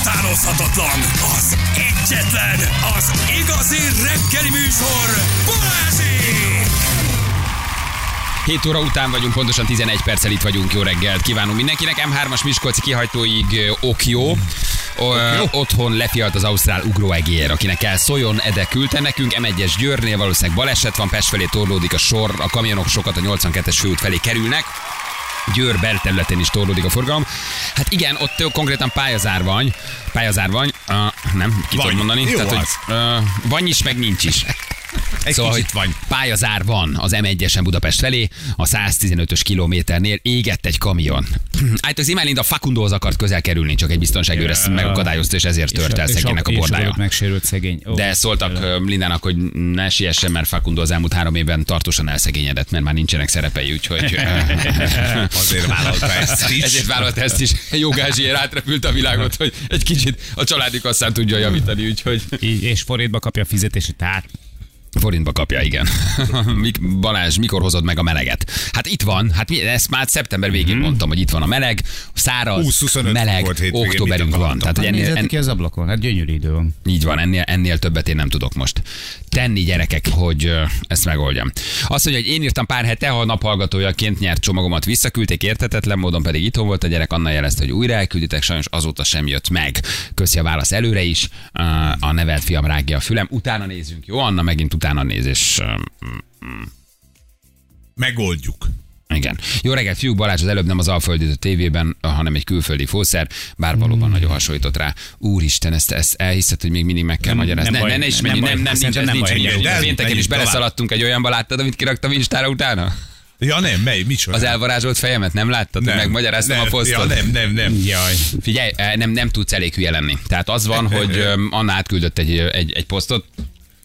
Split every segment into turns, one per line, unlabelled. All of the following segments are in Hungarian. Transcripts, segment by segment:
utánozhatatlan, az egyetlen, az igazi reggeli műsor, Balázsi!
7 óra után vagyunk, pontosan 11 perccel itt vagyunk. Jó reggelt kívánunk mindenkinek. M3-as Miskolci kihajtóig ö,
Mm.
Okjó. Ö, Otthon lefialt az Ausztrál ugróegér, akinek el Szojon Ede küldte nekünk. M1-es Győrnél valószínűleg baleset van, Pest felé torlódik a sor, a kamionok sokat a 82-es főút felé kerülnek. Győr belterületén is torlódik a forgalom. Hát igen, ott ö, konkrétan pályazárvany, pályazárvany, uh, nem, ki tudom
Vagy.
mondani.
Jó
Tehát,
az.
hogy, uh, van is, meg nincs is.
Egy
Szóval,
kicsit
hogy van. Pályazár van az M1-esen Budapest felé, a 115-ös kilométernél égett egy kamion. Hát az Imelinda Facundohoz akart közel kerülni, csak egy biztonságőr ezt megakadályozta, és ezért tört el szegénynek a
és
bordája.
volt megsérült szegény. Ó,
De szóltak ö, Lindának, hogy ne siessen, mert Facundo az elmúlt három évben tartósan elszegényedett, mert már nincsenek szerepei, úgyhogy...
Azért vállalta ezt is.
Ezért vállalta ezt is. Jogázsiért átrepült a világot, hogy egy kicsit a családi kasszán tudja javítani, úgyhogy...
Így, és forintba kapja a fizetését, tehát
Forintba kapja, igen. Mik, Balázs, mikor hozod meg a meleget? Hát itt van, hát mi, ezt már szeptember végén
Mhm.
mondtam, hogy itt van a meleg, száraz,
20-25
meleg,
volt hétvégén, mit
októberünk van.
akartam?
Tehát, hogy
ennél,
ennél, en,
nézett ki az ablakon, hát gyönyörű idő van.
így van, ennél, ennél többet én nem tudok most tenni, gyerekek, hogy ö, ezt megoldjam. Azt mondja, hogy én írtam pár hete, ha a naphallgatójaként nyert csomagomat visszaküldték, értetetlen módon pedig itthon volt a gyerek, Anna jelezte, hogy újra elkülditek, sajnos azóta sem jött meg. Köszi a válasz előre is, Ö, a nevelt fiam rágja a fülem. Utána nézzünk, jó? Anna megint utána néz, és ö,
Megoldjuk.
Igen. Jó reggelt, fiúk, Balázs az előbb nem az Alföldi a tévében, hanem egy külföldi fószer, bár valóban nagyon hasonlított rá. Úristen, ezt, ezt elhiszed, hogy még mindig meg kell magyarázni.
nem
Ne, ne,
baj,
ne is
nem
menjünk,
baj.
nem, nem, nincs,
Szerintem
ez
nem
nincs,
baj,
nincs.
menjünk,
Pénteken is
menjünk tovább.
beleszaladtunk egy olyanba, láttad, amit kiraktam Instára utána?
Ja nem, mely, micsoda?
Az elvarázsolt fejemet, nem láttad?
nem,
Megmagyaráztam
nem,
a posztot.
Ja, nem, nem, nem.
Jaj.
Figyelj, eh, nem, nem tudsz elég hülye lenni. Tehát az van, hogy öm, Anna átküldött egy, egy, egy posztot,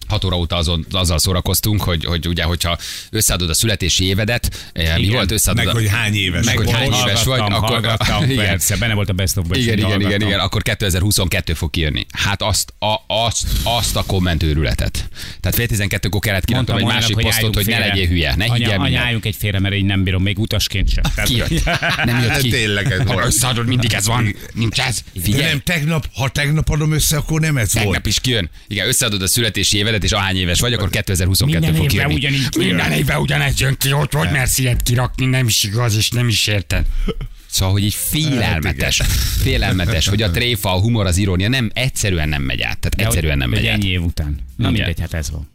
6 óra óta azon, azzal szórakoztunk, hogy, hogy ugye, hogyha összeadod a születési évedet, eh, mi
Igen.
volt összeadod?
Meg,
a-
hogy hány éves
meg, hogy
volt.
hány éves vagy,
Hallgattam,
akkor
hallgattam,
igen,
persze, benne volt a best of
igen, igen, igen, igen, akkor 2022 fog kijönni. Hát azt a, azt, azt a kommentőrületet. Tehát fél 12-kor kellett kiraktam egy másik posztot, hogy ne legyél hülye, ne higgyél
anya, anya,
mindent.
álljunk egy félre, mert én nem bírom, még utasként sem. Tehát-
Kijött. Nem jött
Hát
ki.
Tényleg ez
Ha
van.
összeadod, mindig ez van. Nincs ez.
De
Figyelj.
nem, tegnap, ha tegnap adom össze, akkor nem ez
Tegnap
volt.
is kijön. Igen, összeadod a születési évedet, és ahány éves vagy, akkor 2022
Minden
fog
évben
kijönni.
ugyanígy kijön.
Minden évben ugyanez jön ki, hogy hogy mersz ilyet kirakni, nem is igaz, és nem is érted. Hát Szóval, hogy így félelmetes, félelmetes, hogy a tréfa, a humor, az irónia nem, egyszerűen nem megy át. Tehát
De
egyszerűen
hogy-
nem
hogy
megy át.
Ennyi év után. Na
Igen.
mindegy, hát ez van.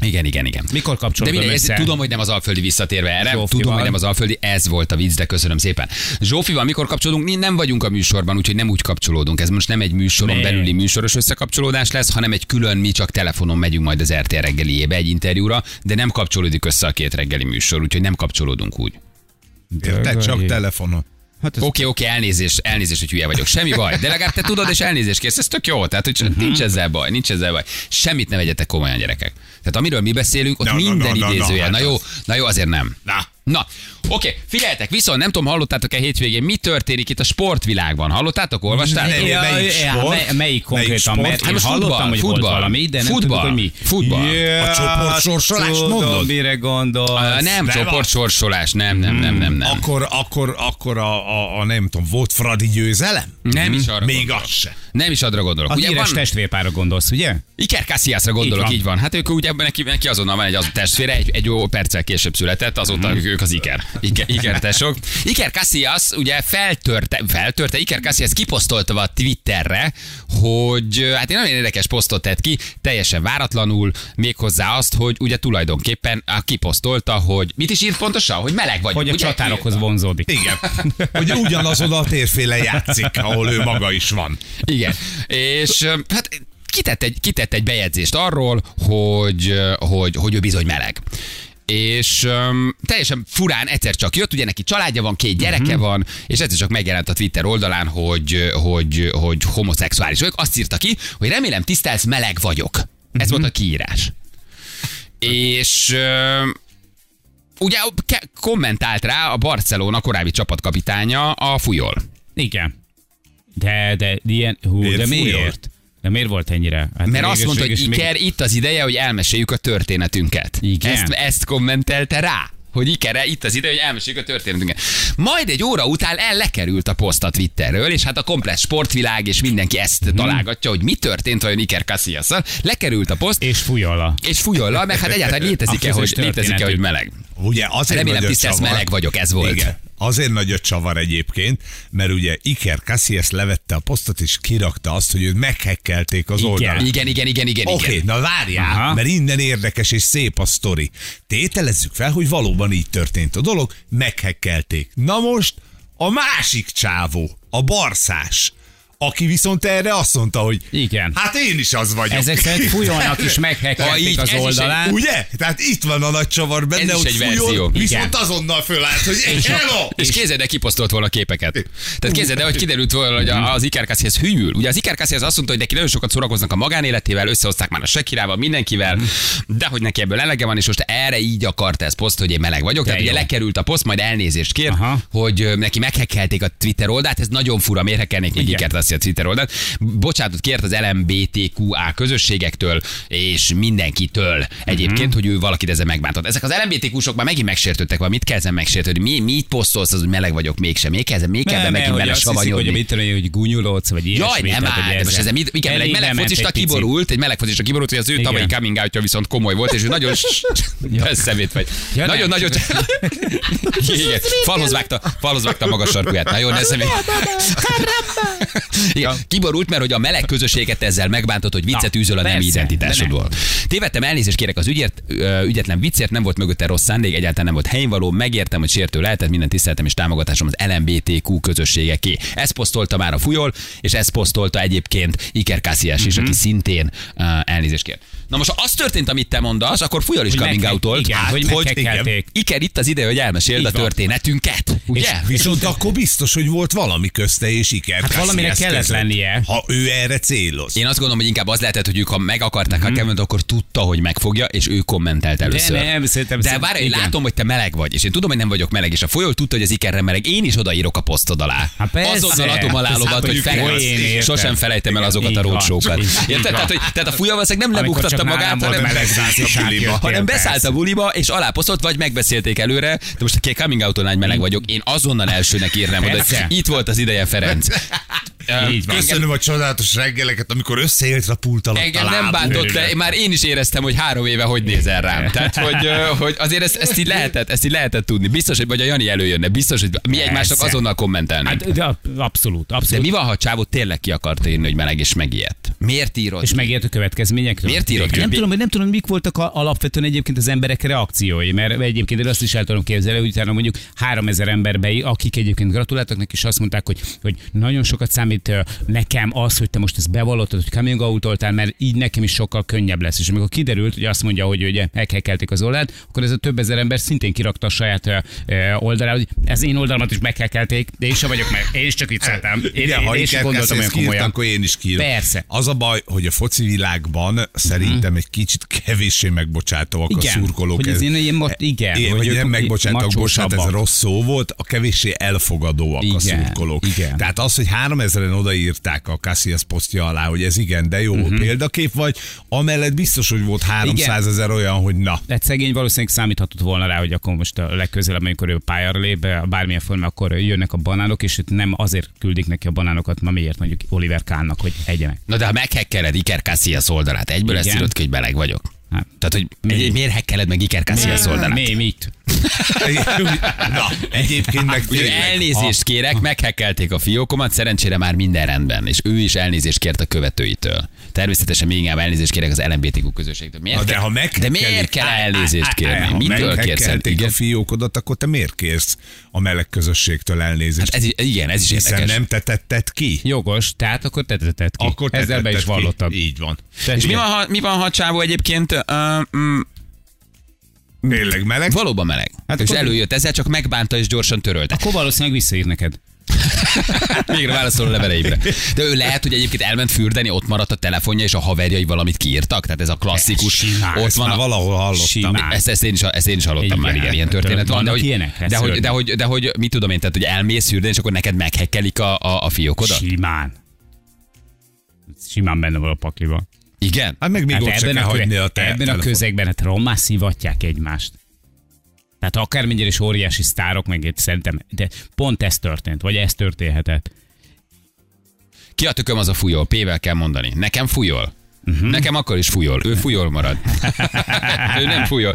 Igen, igen, igen.
Mikor
De
kapcsolod
mindegy, ez,
össze?
tudom, hogy nem az alföldi visszatérve erre,
Zsófi
tudom,
van.
hogy nem az alföldi, ez volt a vicc, de köszönöm szépen. Zsófival mikor kapcsolódunk? Mi nem vagyunk a műsorban, úgyhogy nem úgy kapcsolódunk. Ez most nem egy műsoron
Ne.
belüli műsoros összekapcsolódás lesz, hanem egy külön, mi csak telefonon megyünk majd az RTL reggeliébe egy interjúra, de nem kapcsolódik össze a két reggeli műsor, úgyhogy nem kapcsolódunk úgy.
Érted? Csak
Dörgöljük.
telefonon.
Oké, oké, elnézést, elnézést, hogy hülye vagyok. Semmi baj. De legalább te tudod, és elnézést kérsz. Ez tök jó. Tehát, hogy
Mhm.
nincs ezzel baj, nincs ezzel baj. Semmit ne vegyetek komolyan, gyerekek. Tehát amiről mi beszélünk, ott
Na, na,
minden
na, na, na,
idézőjel.
hát
Na jó, na jó, azért nem.
Na.
Na, oké, figyeljetek, viszont nem tudom, hallottátok-e hétvégén, mi történik itt a sportvilágban. Hallottátok, olvastátok?
Nem,
Ja,
melyik
ja,
sport?
mely- Melyik
Melyik
konkrétan?
sport?
Mert
Hát
én
most futball,
hallottam, hogy volt
futball.
valami, de nem
Futball.
tudjuk, hogy mi.
Futball.
A csoportsorsolást
tudom,
mondod?
mire gondolsz.
Ö, Ah, Nem,
Nem.
csoportsorsolás, nem, nem, nem, nem, nem.
Akkor, akkor, akkor a, a, a, nem tudom, volt Fradi győzelem? Mhm.
Nem is arra
Még
gondolok.
az se.
Nem is arra gondolok.
A
Ugye
híres
van,
testvérpára gondolsz, ugye?
Iker Casillasra gondolok, így
Így
van.
van.
így van. Hát ők ugye neki, neki azonnal van egy az testvére, egy, egy jó perccel később született, azóta
Mhm.
mm. ők az Iker. Iker, Iker tesók. Iker Casillas ugye feltörte, feltörte, Iker Casillas kiposztolta a Twitterre, hogy ö, hát egy nagyon érdekes posztot tett ki, teljesen váratlanul, méghozzá azt, hogy ugye tulajdonképpen a kiposztolta, hogy mit is írt pontosan? Hogy meleg vagy.
Hogy a
ugye?
csatárokhoz vonzódik.
Igen. Hogy ugyanazon a térfélen játszik, ahol ő maga is van.
Igen. És ö, hát kitett egy, kitett egy bejegyzést arról, hogy, ö, hogy, hogy ő bizony meleg. És um, teljesen furán egyszer csak jött, ugye neki családja van, két gyereke van, és egyszer csak megjelent a Twitter oldalán, hogy, hogy, hogy homoszexuális vagyok. Azt írta ki, hogy remélem tisztelsz, meleg vagyok. Ez volt a kiírás. És ö, ugye ke- kommentált rá a Barcelona korábbi csapatkapitánya, a Fujol.
Igen. De, de, ilyen, hú,
Miért
de
fújolt?
miért? De miért volt ennyire? Hát
Mert
még
azt mondta, hogy
egészséges-
Iker, itt az ideje, hogy elmeséljük a történetünket.
Igen.
Ezt, ezt kommentelte rá. hogy Ikere, itt az idő, hogy elmeséljük a történetünket. Majd egy óra után el lekerült a poszt a Twitterről, és hát a komplet sportvilág és mindenki
Mhm.
ezt találgatja, hogy mi történt vajon Iker casillas Lekerült a poszt,
És fúj alá.
és fújjal, meg hát egyáltalán létezik-e,
A
hogy,
főzős
létezik-e, hogy
történetük.
meleg.
Ugye azért
Remélem,
nagyot
tisztelsz,
csavar-
meleg vagyok, ez volt.
Igen. Azért nagyot csavar egyébként, mert ugye Iker Casillas levette a posztot, és kirakta azt, hogy őt meghekkelték az
Igen.
oldalát.
Igen, igen, igen, igen,
Oké, okay,
igen.
na várjál,
Aha.
Aha. mert innen érdekes és szép a sztori. Tételezzük fel, hogy valóban így történt a dolog, meghekkelték. Na most a másik csávó, a barszás, aki viszont erre azt mondta, hogy
Igen.
hát én is az vagyok.
Ezek szerint fújolnak is
Ha így,
meghekkelték
ez
az
is egy-
oldalán.
Ugye? Tehát itt van a nagy csavar benne,
Ez is
hogy
egy
fújjon,
verzió.
viszont azonnal fölállt, hogy hello!
És képzeld el, kiposztolt volna képeket. Tehát képzeld el, hogy kiderült volna, hogy a- az Iker Casillas hűl. Ugye az Iker Casillas azt mondta, hogy neki nagyon sokat szórakoznak a magánéletével, összehozták már a Sekirával, mindenkivel, de hogy neki ebből elege van, és most erre így akart ez poszt, hogy én meleg vagyok. Tehát
De
ugye
jó.
lekerült a poszt, majd elnézést kér,
Aha.
hogy ö, neki meghekkelték a Twitter oldalt, ez nagyon fura, miért hekkelnék még
Igen.
Iker Casillas a Twitter oldalt. Bocsánatot kért az LMBTQA közösségektől és mindenkitől egyébként,
Mhm.
hogy ő valakit ezzel megbántott. Ezek az LMBTQ-sok már megint megsértődtek, már mit kell ezzel megsértődni? Mi, mi itt posztolsz, az, hogy meleg vagyok mégsem, még kell, még kell
Nem,
ebben
nem,
megint
hogy
bele
azt hiszik, hogy
savanyodni.
mit tudom, én, hogy gúnyolódsz, vagy ilyesmi.
Jaj, nem
tehát, hogy
áll, de most ezzel mit, igen, mert egy
Elég
meleg
bement
focista
egy picit.
kiborult, egy meleg focista kiborult, hogy az ő
Igen.
tavalyi coming outja viszont komoly volt, és ő nagyon összevét vagy.
Ja, nem.
Nagyon nagyon. Igen, falhoz vágta, falhoz vágta a magas sarkuját. Nagyon eszemét.
hát
Igen, kiborult, mert hogy a meleg közösséget ezzel megbántott, hogy viccet
Na,
üzöl a nem
persze,
identitásodból. Tévedtem, elnézést kérek az ügyért, ö, ügyetlen viccért, nem volt mögötte rossz szándék, egyáltalán nem volt helyvaló, megértem, hogy sértő lehetett, minden tiszteletem és támogatásom az LMBTQ közösségeké. Ezt posztolta már a fujol, és ezt posztolta egyébként Iker Casillas is,
Mhm.
aki szintén ö, elnézést kért. Na most, ha az történt, amit te mondasz, akkor fujol is
Hogy
coming
meghe-
out
Igen, hogy meghekkelték.
Iker itt az ide, hogy elmeséld a
van.
történetünket. Ugye?
Viszont akkor biztos, hogy volt valami közte és Iker. Hát
valamire kellett lennie.
Ha ő erre céloz.
Én azt gondolom, hogy inkább az lehetett, hogy ők ha meg akarták mm-hmm. a Kevin-t, akkor tudta, hogy megfogja, és ő kommentelt először.
Mhm. nem, szerintem-
De
szerintem-
várj, én
igen.
látom, hogy te meleg vagy, és én tudom, hogy nem vagyok meleg, és a folyó tudta, hogy az ikerre meleg. Én is odaírok a posztod alá.
Hát persze.
Azonnal adom alá
Hát
logat, hogy
mondjuk
fel,
én értem.
sosem felejtem el azokat
Így
a
van.
rócsókat.
Így van.
Érted? Tehát, hogy, tehát a folyó valószínűleg nem
Amikor
lebuktatta
csak
magát,
nálam volt
hanem,
meleg
Melegzás a buliba.
hanem
Persze.
beszállt a buliba, és aláposzott, vagy megbeszélték előre. De most, aki coming out nagy meleg vagyok, én azonnal elsőnek írnám, oda, hogy
Persze.
itt volt az ideje Ferenc.
Így van.
Köszönöm a csodálatos reggeleket, amikor összeért a pult alatt
Engem
a
nem
láb.
bántott le, már én is éreztem, hogy három éve hogy nézel rám. Tehát, hogy, ö, hogy azért ezt, ezt, így lehetett, ezt így lehetett tudni. Biztos, hogy vagy a Jani előjönne, biztos, hogy mi egymásnak
Persze.
azonnal kommentelnénk.
Hát, de abszolút,
De
abszolút.
mi van, ha a Csávó tényleg ki akart írni, hogy meleg és megijedt? Miért írod?
És megért a következményekről.
Miért írod ki?
Nem tudom, hogy nem tudom, mik voltak a, alapvetően egyébként az emberek reakciói, mert egyébként én azt is el tudom képzelni, hogy utána mondjuk 3000 emberbe, akik egyébként gratuláltak neki, és azt mondták, hogy, hogy nagyon sokat számít ö, nekem az, hogy te most ezt bevallottad, hogy coming out voltál, mert így nekem is sokkal könnyebb lesz. És amikor kiderült, hogy azt mondja, hogy ugye meghekelték az oldalt, akkor ez a több ezer ember szintén kirakta a saját ö, ö, oldalára, hogy ez én oldalamat is meghekelték, de én sem vagyok meg, én is csak vicceltem. Én,
Igen,
én,
ha
én sem
Iker
gondoltam
Cassius
olyan
kiírt,
komolyan.
akkor én is kiírom.
Persze.
Az a baj, hogy a foci világban
Mhm.
szerintem egy kicsit kevéssé megbocsátóak a szurkolók.
Hogy ez
Ez-
én, én most, igen.
Igen,
hogy
hogy,
ők
nem megbocsátok, bocsánat, ez
macsósabbak.
rossz szó volt, a kevéssé elfogadóak igen, a
Igen,
szurkolók.
igen.
Tehát az, hogy 3000-en odaírták a Cassius posztja alá, hogy ez igen, de jó
Mhm.
uh-huh. példakép vagy, amellett biztos, hogy volt 300 ezer olyan, hogy na.
egy Hát szegény valószínűleg számíthatott volna rá, hogy akkor most a legközelebb, amikor ő pályára lép, bármilyen formában, akkor jönnek a banánok, és itt nem azért küldik neki a banánokat, ma miért mondjuk Oliver Kánnak, hogy egye meg.
Na de ha meghekkeled Iker Casillas oldalát, egyből ezt
Igen.
írod ki, hogy meleg vagyok.
Hát,
Tehát, hogy mi? miért hekkeled meg Iker Casillas oldalát?
Mi, mit?
na, egyébként meg
Hát, Ugye
tényleg.
elnézést kérek, meghekkelték a fiókomat, szerencsére már minden rendben, és ő is elnézést kért a követőitől. Természetesen még inkább elnézést kérek az LMBTQ közösségtől. Miért
Na, de
kell-
ha meg
de miért kell elnézést kérni? Mitől kérsz el-
a
Igen,
fiókodat, akkor te miért kérsz a meleg közösségtől elnézést?
Hát ez, i- igen, ez is
Hiszen
érdekes.
nem te tetted ki.
Jogos, tehát akkor tetetett ki.
Akkor te
Ezzel be
tetted
is
ki.
vallottad.
Így van.
És mi van, ha, mi van, ha a csávó egyébként uh, mm,
Tényleg meleg?
valóban meleg? Hát
Hát
és
akkor-
előjött ezzel, csak megbánta és gyorsan törölte. Hát
Akkor valószínűleg visszaír neked.
Végre válaszol a leveleimre. De ő lehet, hogy egyébként elment fürdeni, ott maradt a telefonja, és a haverjai valamit kiírtak. Tehát ez a klasszikus.
Simán,
ott
Ezt
van
már
a,
valahol hallottam.
Simán.
Ezt, ezt, én is, ezt én is hallottam
Igen.
már, igen, ilyen történet van. De
Vannak
hogy,
ilyenek,
de, hogy,
szörnyű.
de, hogy, de hogy, mit tudom én, tehát hogy elmész hűrden, és akkor neked meghekkelik a, a, a fiókodat?
Simán. Simán benne van a pakliba.
Igen?
Hát meg még
Hát
ott se
ebben,
kell
a,
hagyni
köve-
a te
ebben a
telefon.
közegben, hát rommá szivatják egymást. Tehát akármennyire is óriási sztárok, meg itt szerintem, de pont ez történt, vagy ez történhetett.
Ki a tököm az a fújol? P-vel kell mondani. Nekem fújol.
Mhm.
Uh-huh. Nekem akkor is fújol. Ő fújol marad. ő nem fújol.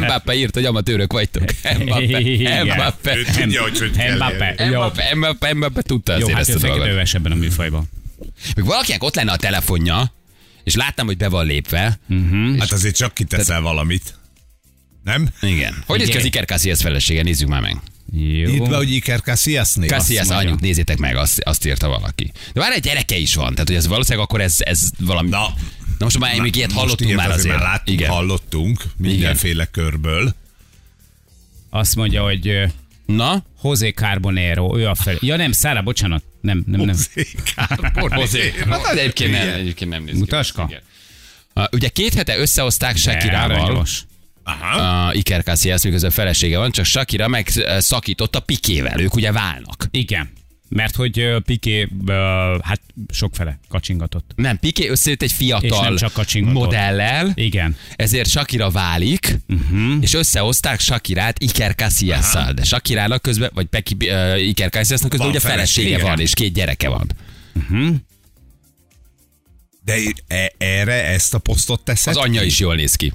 Mbappé írt, hogy amatőrök vagytok. Mbappé.
Igen.
Mbappé.
Ő tudja, hogy hogy kell
Mbappé.
élni.
Jó,
Mbappé. Mbappé. Mbappé tudta
jó
azért
hát
ezt
ő
a dolgot.
fekete öves ebben a műfajban.
Még valakinek ott lenne a telefonja, és láttam, hogy be van lépve.
Hm.
Uh-huh.
Hát azért csak kiteszel valamit. Nem?
Igen. Hogy néz ki az Iker Casillas felesége? Nézzük már meg.
Jó.
Írd be, hogy Iker Casillas név.
Casillas
mondja.
anyjuk, nézzétek meg, azt, azt írta valaki. De már egy gyereke is van, tehát hogy ez valószínűleg akkor ez, ez valami...
Na.
Na most már még ilyet
Most
hallottunk
ilyet
már azért.
Már láttunk,
Igen.
hallottunk mindenféle körből.
Azt mondja, hogy ö,
Na?
José Carbonero, ő a fel. Ja nem, Szára, bocsánat. Nem, nem, nem.
Hozzé. Hát az egyébként nem,
Igen.
egyébként nem néz ki.
Mutaska?
Igen. Ah, Ugye két hete összehozták Shakirával.
Aranyos.
Aha.
A Iker Casillas, miközben felesége van, csak Shakira meg eh, szakított a pikével. Ők ugye válnak.
Igen. Mert hogy ö, Piqué, ö, hát sokfele kacsingatott.
Nem, Piqué összejött egy
És nem
fiatal
csak kacsingatott.
modellel,
Igen.
ezért Shakira válik, uh-huh. és összehozták Shakirát Iker Casillas-szal. De Shakirának közben, vagy Peki, uh, Iker Casillasnak közben
Van
ugye felesége,
felesége.
van, és két gyereke van.
De e- erre ezt a posztot teszed?
Az anyja is jól néz ki.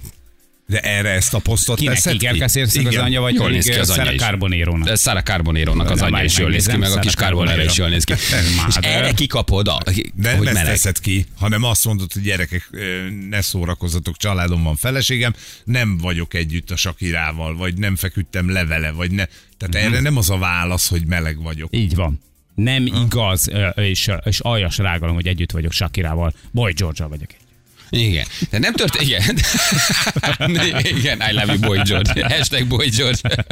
De erre ezt a posztot
Kinek
teszed?
Iker
ki?
Casillasnak az
Igen.
anyja, vagy
Jól
pedig
néz ki az anyja
Szára
is.
Carbonerónak?
Ez Sara Carbonérónak az
Na,
anyja
várj,
is jól néz ki,
megnézem,
meg a kis
Sara
Carbonero is jól néz ki.
Carbonero.
És erre kikapod, a,
De nem
hogy
ezt
meleg.
teszed ki, hanem azt mondod, hogy gyerekek, ö, ne szórakozzatok, családom van, feleségem, nem vagyok együtt a Sakirával, vagy nem feküdtem le vele, vagy ne.
Mhm.
Tehát erre nem az a válasz, hogy meleg vagyok.
Így van. Nem igaz, ö, és, és aljas rágalom, hogy együtt vagyok Sakirával. Boy George-al vagyok együtt.
Igen. De nem tört... Igen. Igen, I love you, Boy George. Hashtag Boy George.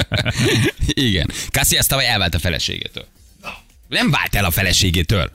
Igen. Cassias tavaly elvált a feleségétől. Nem vált el a feleségétől.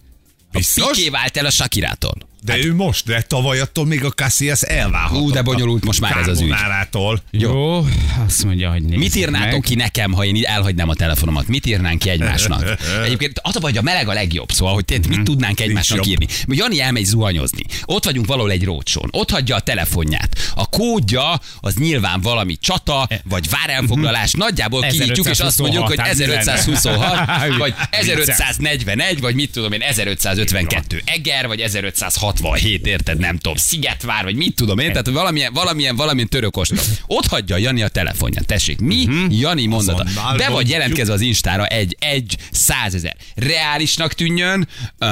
Biztos?
Piqué vált el a Sakirától.
De ő most, de tavaly attól még a Cassias elválhatott.
Hú, Hát- de bonyolult most már ez az ügy.
Carbonárától.
Jó. Jó, azt mondja, hogy nézzük
Mit írnátok
meg.
ki nekem, ha én így elhagynám a telefonomat? Mit írnánk ki egymásnak? Egyébként az a baj, hogy a meleg a legjobb, szóval, hogy tényleg mit tudnánk egymásnak
jobb.
írni. Mi Jani elmegy zuhanyozni, ott vagyunk valahol egy rócsón, ott hagyja a telefonját. A kódja az nyilván valami csata, vagy várelfoglalás, nagyjából kinyitjuk, és azt mondjuk, hogy 1526, vagy 1541, vagy mit tudom én, 1552 Eger, vagy 1567, érted, nem tudom, Szigetvár, vagy mit tudom én, tehát valamilyen, valamilyen, valamilyen török ostor. Ott hagyja Jani a telefonját, tessék, mi Jani mondata.
Azonnal
Be vagy
mondjuk.
jelentkezve az Instára egy, egy, százezer. Reálisnak tűnjön, uh,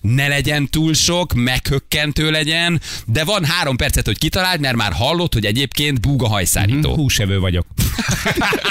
ne legyen túl sok, meghökkentő legyen, de van három percet, hogy kitaláld, mert már hallott, hogy egyébként búga hajszárító.
Mhm, Húsevő vagyok.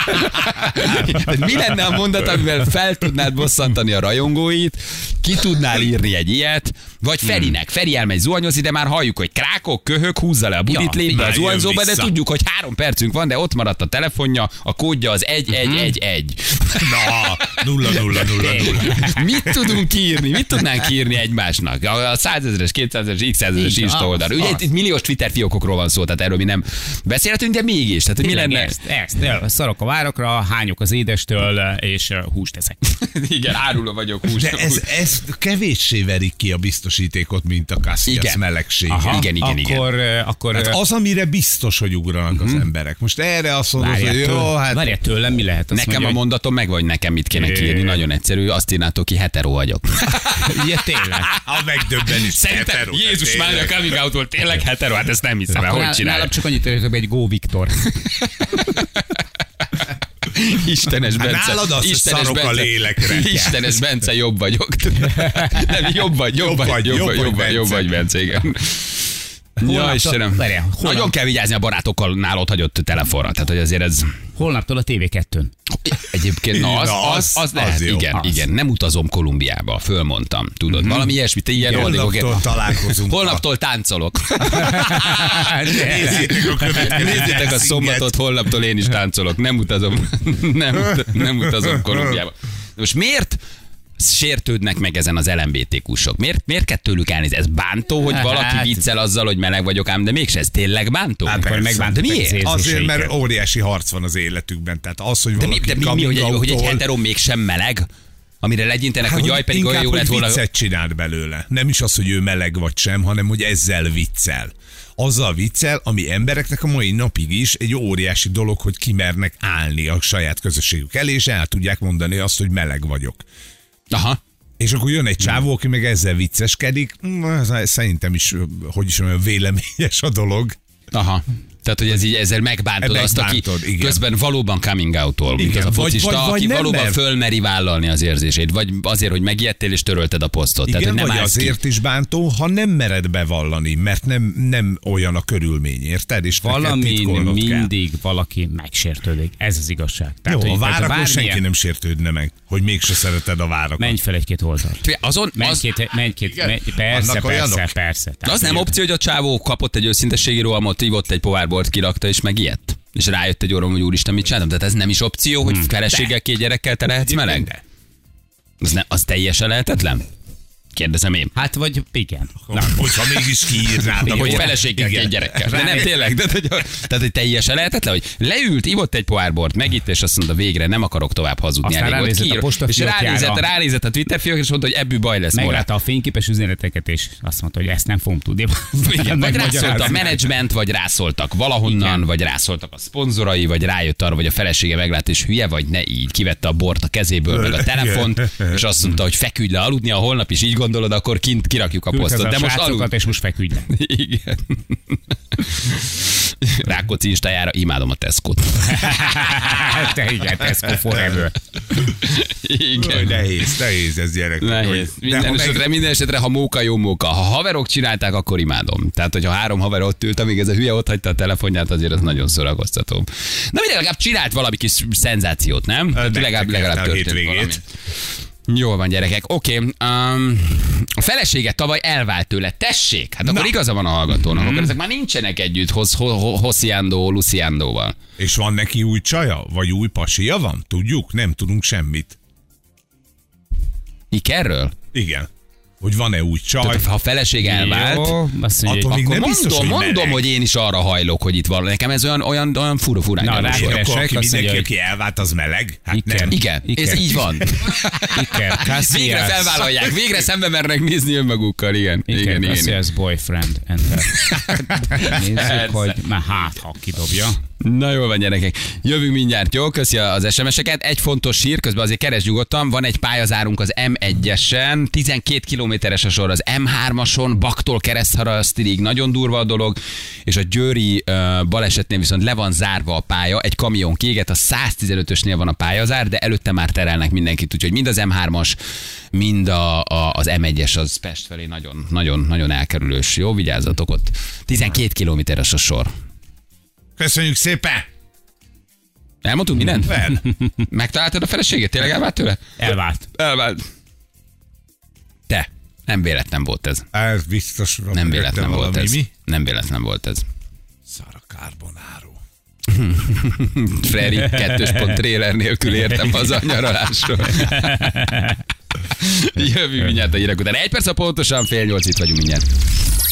Tehát Mi lenne a mondat, amivel fel tudnád bosszantani a rajongóit, ki tudnál írni egy ilyet, vagy
Mhm.
Ferinek. Feri elmegy zuhanyozni, de már halljuk, hogy krákok, köhök, húzza le a budit,
Ja,
ja, lépj be a
már jön
zuhanyzóba, de
vissza.
tudjuk, hogy három percünk van, de ott maradt a telefonja, a kódja az 1111.
Na, nulla, nulla, nulla, nulla.
Mit tudunk kiírni? Mit tudnánk kiírni egymásnak? A 100 ezeres, 200 ezeres, x ezeres
Így
Insta
van,
oldal. Ugye
az.
itt, itt milliós Twitter fiókokról van szó, tehát erről mi nem beszélhetünk, de mégis. Tehát, hogy mi
Tényleg
lenne?
Ezt, e- ezt, ö, szarok a várokra, hányok az édestől, ö, és ö, húst eszek.
Igen, áruló vagyok, hús.
De ez, ez kevéssé verik ki a biztosítékot, mint a Cassias
Igen.
melegsége.
Aha. Igen, igen, igen. Mhm.
akkor, igen. Akkor,
Hát az, amire biztos, hogy ugranak uh-huh. az emberek. Most erre azt mondod,
várjál,
hogy jó,
tőle,
hát
várjál tőlem, mi lehet? Azt
Nekem a
mondja,
mondatom meg, vagy nekem mit kéne
Jé.
kiírni? Nagyon egyszerű, azt írnátok ki, hetero vagyok.
hogy... Ja, tényleg.
a megdöbbenés. hetero, de tényleg.
coming out volt tényleg hetero? Hát ezt nem hiszem
Akkor nál- nálam csak annyit törjétek be, egy Go Viktor.
Istenes
Hát
Bence.
nálad az, hogy szarok a lélekre.
Istenes Bence, jobb vagyok. Nem, jobb vagy, jobb, vagy, jobb vagy, jobb vagy, jobb vagy, Bence, igen. Ja,
Holnaptól-
Istenem.
Várjál, holnap-
Nagyon kell vigyázni a barátokkal nálad hagyott telefonra. Tehát, hogy azért ez...
Holnaptól a TV2-n.
Egyébként na, az,
Na,
az,
az-
az, lehet,
az jó.
igen,
Az.
igen. Nem utazom Kolumbiába, fölmondtam, tudod. Valami ilyesmit, ilyen
Holnaptól
ordinokért.
találkozunk.
Holnaptól táncolok.
Nézzétek a következő
Nézzétek a
szinget.
szombatot, holnaptól én is táncolok. Nem utazom, nem, ut- nem utazom Kolumbiába. De Most miért sértődnek meg ezen az LMBTQ-sok? Miért, miért kell tőlük elnézni? Ez bántó, hogy valaki
Hát.
viccel azzal, hogy meleg vagyok ám, de mégse ez tényleg bántó?
Hát
Akkor
persze.
megbántó. De miért?
Az-
Azért,
érzéseiket.
mert óriási harc van az életükben. Tehát az, hogy
De mi,
valaki
de mi, mi hogy, egy, hogy egy
coming out-tól-
hetero mégsem meleg? amire legyintenek, hogy jaj, pedig olyan
inkább,
jó lett
Hát, hogy
volna.
viccet csinált belőle. Nem is az, hogy ő meleg vagy sem, hanem hogy ezzel viccel. Azzal viccel, ami embereknek a mai napig is egy óriási dolog, hogy kimernek állni a saját közösségük elé, és el tudják mondani azt, hogy meleg vagyok.
Aha.
És akkor jön egy csávó, aki meg ezzel vicceskedik. Mm, ez Szerintem is, hogy is olyan véleményes a dolog.
Aha. Tehát, hogy ez így, ezzel megbántod
E,
azt, aki
megbántod, igen.
közben valóban coming out-ol, mint
Igen,
az a
vagy-
focista,
vagy- vagy
aki
nem
valóban
mer.
fölmeri vállalni az érzését, vagy azért, hogy megijedtél és törölted a posztot.
Igen,
Tehát, hogy nem
vagy
állsz ki.
azért is bántó, ha nem mered bevallani, mert nem, nem olyan a körülmény, érted? És neked
Valamin
titkolnod kell.
mindig valaki megsértődik. Ez az igazság.
Jó,
hogy-
a
hát,
várakon
bármilyen-
senki nem sértődne meg, hogy mégse szereted a várakat.
Menj fel egy-két oldalt.
Figyelj, Azon,
Menj
az,
két, menj két,
Igen.
menj, persze,
Vannak olyanok.
persze, persze.
De
Tehát,
az nem
ugye-
opció, hogy a csávó kapott egy őszinteségi rohamot, ivott egy pohárbort, kirakta és megijedt. És rájött egy orrom, hogy úristen, mit csináltam. Tehát ez nem is opció, hogy
Hmm.
feleséggel, két gyerekkel te lehetsz meleg? Az, ne, az teljesen lehetetlen? Kérdezem én.
Hát vagy igen.
Na, hogyha mégis kiírnád,
Hogy
akkor...
feleséggel, két gyerekkel. De nem tényleg, de, de, tehát hogy teljesen lehetetlen, hogy leült, ivott egy pohárbort, megitt, és azt mondta végre, nem akarok tovább hazudni. elég
Aztán
volt,
ránézett a
kiír-
posta
és
fiókjára.
ránézett, ránézett a Twitter fiókra, és mondta, hogy ebből baj lesz. Morát.
Meglátta a fényképes üzeneteket, és azt mondta, hogy ezt nem fogom tudni.
Igen, vagy
Megmagyarázni.
rászólt a menedzsment, vagy rászóltak valahonnan,
Igen.
vagy rászóltak a szponzorai, vagy rájött arra, hogy a felesége meglát, és hülye vagy, ne így. Kivette a bort a kezéből, meg a telefont, és azt mondta, hogy feküdj le aludni, a holnap is így gondolod, akkor kint kirakjuk a
Küldte
posztot.
a
De most
srácokat,
alud.
és most feküdj le.
Igen. Rákóczi instájára imádom a Tesco-t.
Te igen, Tesco forever.
Igen.
Nehéz, nehéz ez gyerek.
Nehéz. Minden esetre, minden esetre, ha móka, jó móka. Ha haverok csinálták, akkor imádom. Tehát, hogyha három haver ott ült, amíg ez a hülye ott hagyta a telefonját, azért az nagyon szórakoztató. Na mindegy, legalább csinált valami kis szenzációt, nem? Hát legalább,
megtekertem
legalább
a
történt
hétvégét.
valami. Jól van, gyerekek. Oké, okay, um, a felesége tavaly elvált tőle. Tessék! Hát akkor
Na.
igaza van a hallgatónak. Akkor ezek már nincsenek együtt Hos- Ho- Ho- Hosziándó, Luciándóval.
És van neki új csaja? Vagy új pasia van? Tudjuk? Nem tudunk semmit.
Ikerről?
Igen. Hogy van-e új csaj?
Tehát, ha a feleség elvált,
Jó, azt mondja,
Attól még
hogy
Akkor
nem
mondom,
biztos, hogy
mondom,
meleg.
hogy én is arra hajlok, hogy itt van. Nekem ez olyan, olyan, olyan fura furány.
Na,
Na,
rá-
Én akkor,
Keresek,
aki
azt
mindenki,
mondja,
aki elvált, az meleg? Hát
Igen.
nem.
igen,
Igen.
ez így van.
Iker,
Végre
Casillas.
felvállalják, végre szembe mernek nézni önmagukkal, igen.
Igen,
Igen, igen. igen.
Casillas boyfriend. Enter.
Persze.
Nézzük, hogy már hát, ha kidobja.
Na jól van, gyerekek. Jövünk mindjárt, jó? Köszi az SMS-eket. Egy fontos hír, közben azért keresd nyugodtan. Van egy pályazárunk az M1-esen, 12 kilométeres a sor az M3-ason, Baktól Keresztharasztirig, nagyon durva a dolog, és a Győri uh, balesetnél viszont le van zárva a pálya, egy kamion kiégett, a 115-ösnél van a pályazár, de előtte már terelnek mindenkit, úgyhogy mind az M3-as, mind a, a, az M1-es, az Pest felé nagyon, nagyon, nagyon elkerülős. Jó, vigyázzatok ott. 12 kilométeres a sor.
Köszönjük szépen!
Elmondtunk mindent?
Fel.
Megtaláltad a feleséget? Tényleg elvált tőle?
Elvált.
Elvált. Te. Nem véletlen volt ez.
Ez biztos van.
Nem
mögötte
véletlen volt
valami,
ez.
Mi?
Nem véletlen volt ez.
Szara carbonaro.
Freri kettős pont trailer nélkül értem haza a nyaralásról. Jövünk mindjárt a hírek után. Egy perc a pontosan fél nyolc, itt vagyunk mindjárt.